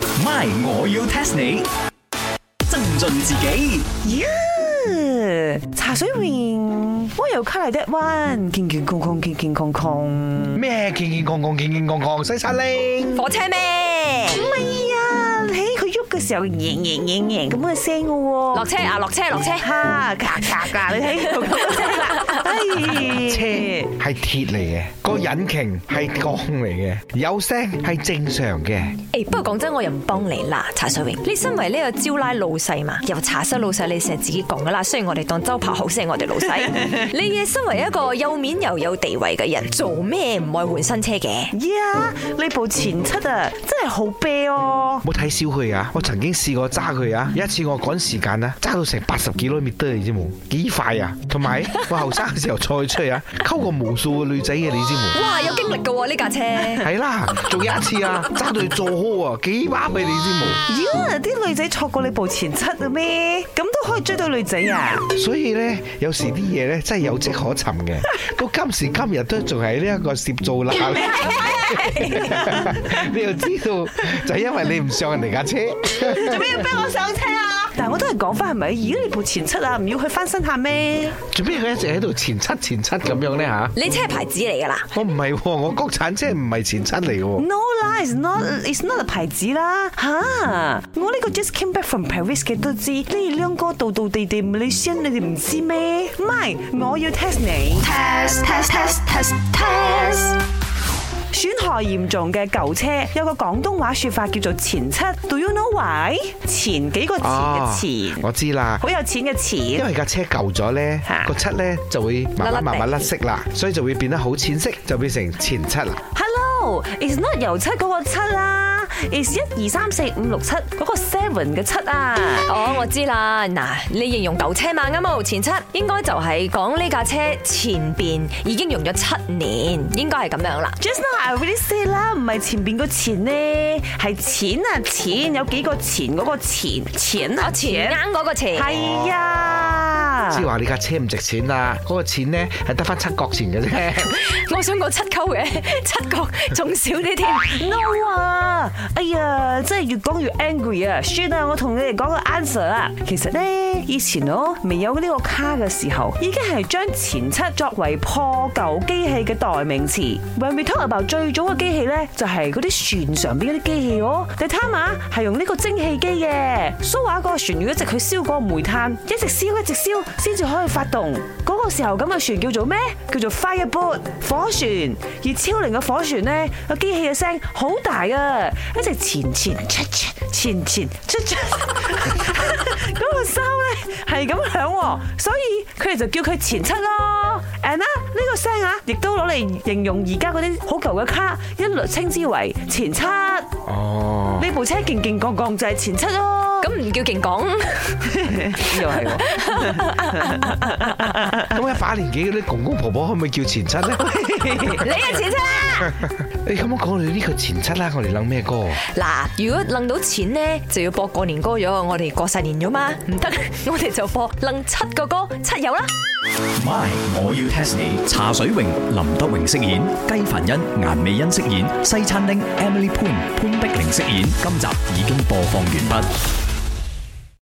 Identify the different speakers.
Speaker 1: My，我要 test 你。增進自己，
Speaker 2: Yeah，茶水榮，我又 c o l that one，健健康康，健健康康。唔
Speaker 3: 咩健健康康，健健康康，西沙拎。
Speaker 4: 火車咩？
Speaker 2: 係啊，喺佢喐嘅時候，贏贏贏贏咁嘅聲嘅
Speaker 4: 落
Speaker 2: 喎。
Speaker 4: 車啊！落車落車。
Speaker 2: 嚇，嘎嘎嘎，你睇度咁嘅聲啦。
Speaker 3: 車
Speaker 2: 哎，
Speaker 3: 係鐵嚟嘅，個引擎係鋼嚟嘅，有聲係正常嘅。
Speaker 4: 誒，不過講真，我又唔幫你啦，茶水榮。你身為呢個招拉老細嘛，由茶室老細，你成日自己講噶啦。雖然我哋當周柏豪先係我哋老 細，你嘅身為一個有面又有地位嘅人，做咩唔愛換新車嘅？
Speaker 2: 呀，你部前七啊，真係好啤哦。
Speaker 3: 冇睇小佢啊！我曾經試過揸佢啊，有一次我趕時間啊，揸到成八十幾 km 你知冇？幾快啊！同 埋我後生嘅時候賽車啊，溝過無數嘅女仔嘅，你知冇？
Speaker 4: 哇，有經歷噶喎呢架車。
Speaker 3: 係啦，仲有一次啊，揸到去做開啊，幾巴閉你知冇？
Speaker 2: 呀，啲女仔錯過你部前七嘅咩？咁都可以追到女仔啊？
Speaker 3: 所以咧，有時啲嘢咧真係有跡可尋嘅。到今時今日都仲係呢一個涉做啦，你又知道就係因為你唔上人哋架車。
Speaker 2: 做咩要逼我上車啊？但係我都係講翻係咪？咦，你部前七啊，唔要去翻身下咩？
Speaker 3: 做咩佢一直喺度前七前七咁樣咧吓？
Speaker 4: 你車牌子嚟噶啦，
Speaker 3: 我唔係喎，我國產車唔係前七嚟嘅喎。
Speaker 2: No lah, it's not, it's not a 牌子啦吓！我呢個 just came back from Paris 嘅都知，呢兩個道道地地 Malaysian 你哋唔知咩？唔係，我要 test 你。
Speaker 5: test test test test test
Speaker 2: 損害嚴重嘅舊車有個廣東話説法叫做前七，Do you know why？前幾個錢嘅錢，
Speaker 3: 啊我知啦
Speaker 2: 好。有錢嘅
Speaker 3: 因
Speaker 2: 錢。
Speaker 3: 為架車舊咗咧
Speaker 2: 嚇，
Speaker 3: 個漆咧就會慢慢慢慢甩色啦，所以就會變得好淺色，就變成前漆啦。
Speaker 2: Hello，it's not 油漆嗰個七啦，it's 一二三四五六七嗰個 seven 嘅七啊。
Speaker 4: 哦，我知啦。嗱，你形容舊車嘛，啱冇？前七應該就係講呢架車前邊已經用咗七年，應該係咁樣啦。
Speaker 2: Just now I really say 啦，唔係前邊個錢呢，係錢啊錢，有幾個錢嗰個錢錢啊
Speaker 4: 我前啱嗰個前。
Speaker 2: 係啊，
Speaker 3: 即係話你架車唔值錢啦，嗰個錢咧係得翻七角錢嘅啫。
Speaker 4: 我想講七溝嘅， 七角仲少啲添。
Speaker 2: no 啊，哎呀，真係越講越 angry 啊！Shit 啊，我同你哋講個 answer 啦。其實呢，以前我未有呢個卡嘅時候，已經係將前七作為破舊機器嘅代名詞。When we talk about 最早嘅機器呢，就係嗰啲船上邊嗰啲機器哦。你睇下係用呢個蒸汽機嘅，蘇話嗰個船要一直去燒嗰個煤炭，一直燒一直燒先至可以發動。嗰個時候咁嘅船叫做咩？叫做 fireboat 火船。而超齡嘅火船呢，個機器嘅聲好大啊，一直前前出出前前出 出，嗰個收呢係咁響喎，所以佢哋就叫佢前七咯。And 啦，呢個聲啊，亦都攞嚟形容而家嗰啲好舊嘅卡，一律稱之為前七。呢
Speaker 3: 哦，
Speaker 2: 部車勁勁杠杠就係前七咯。
Speaker 4: 咁唔叫勁講，
Speaker 2: 又係喎。
Speaker 3: 咁一把年紀嗰啲公公婆婆可唔可以叫前七咧？
Speaker 4: 你係前七啦。
Speaker 3: 你咁樣講，你呢個前七啦，我哋諗咩歌啊？
Speaker 4: 嗱，如果楞到錢呢，就要播過年歌咗，我哋過晒年咗嘛，唔得，我哋就播楞七個歌，七友啦。
Speaker 1: My，我要 test 你。茶水榮、林德榮飾演，雞凡欣、顏美欣飾演，西餐廳 Emily Poon 潘碧玲飾演。今集已經播放完畢。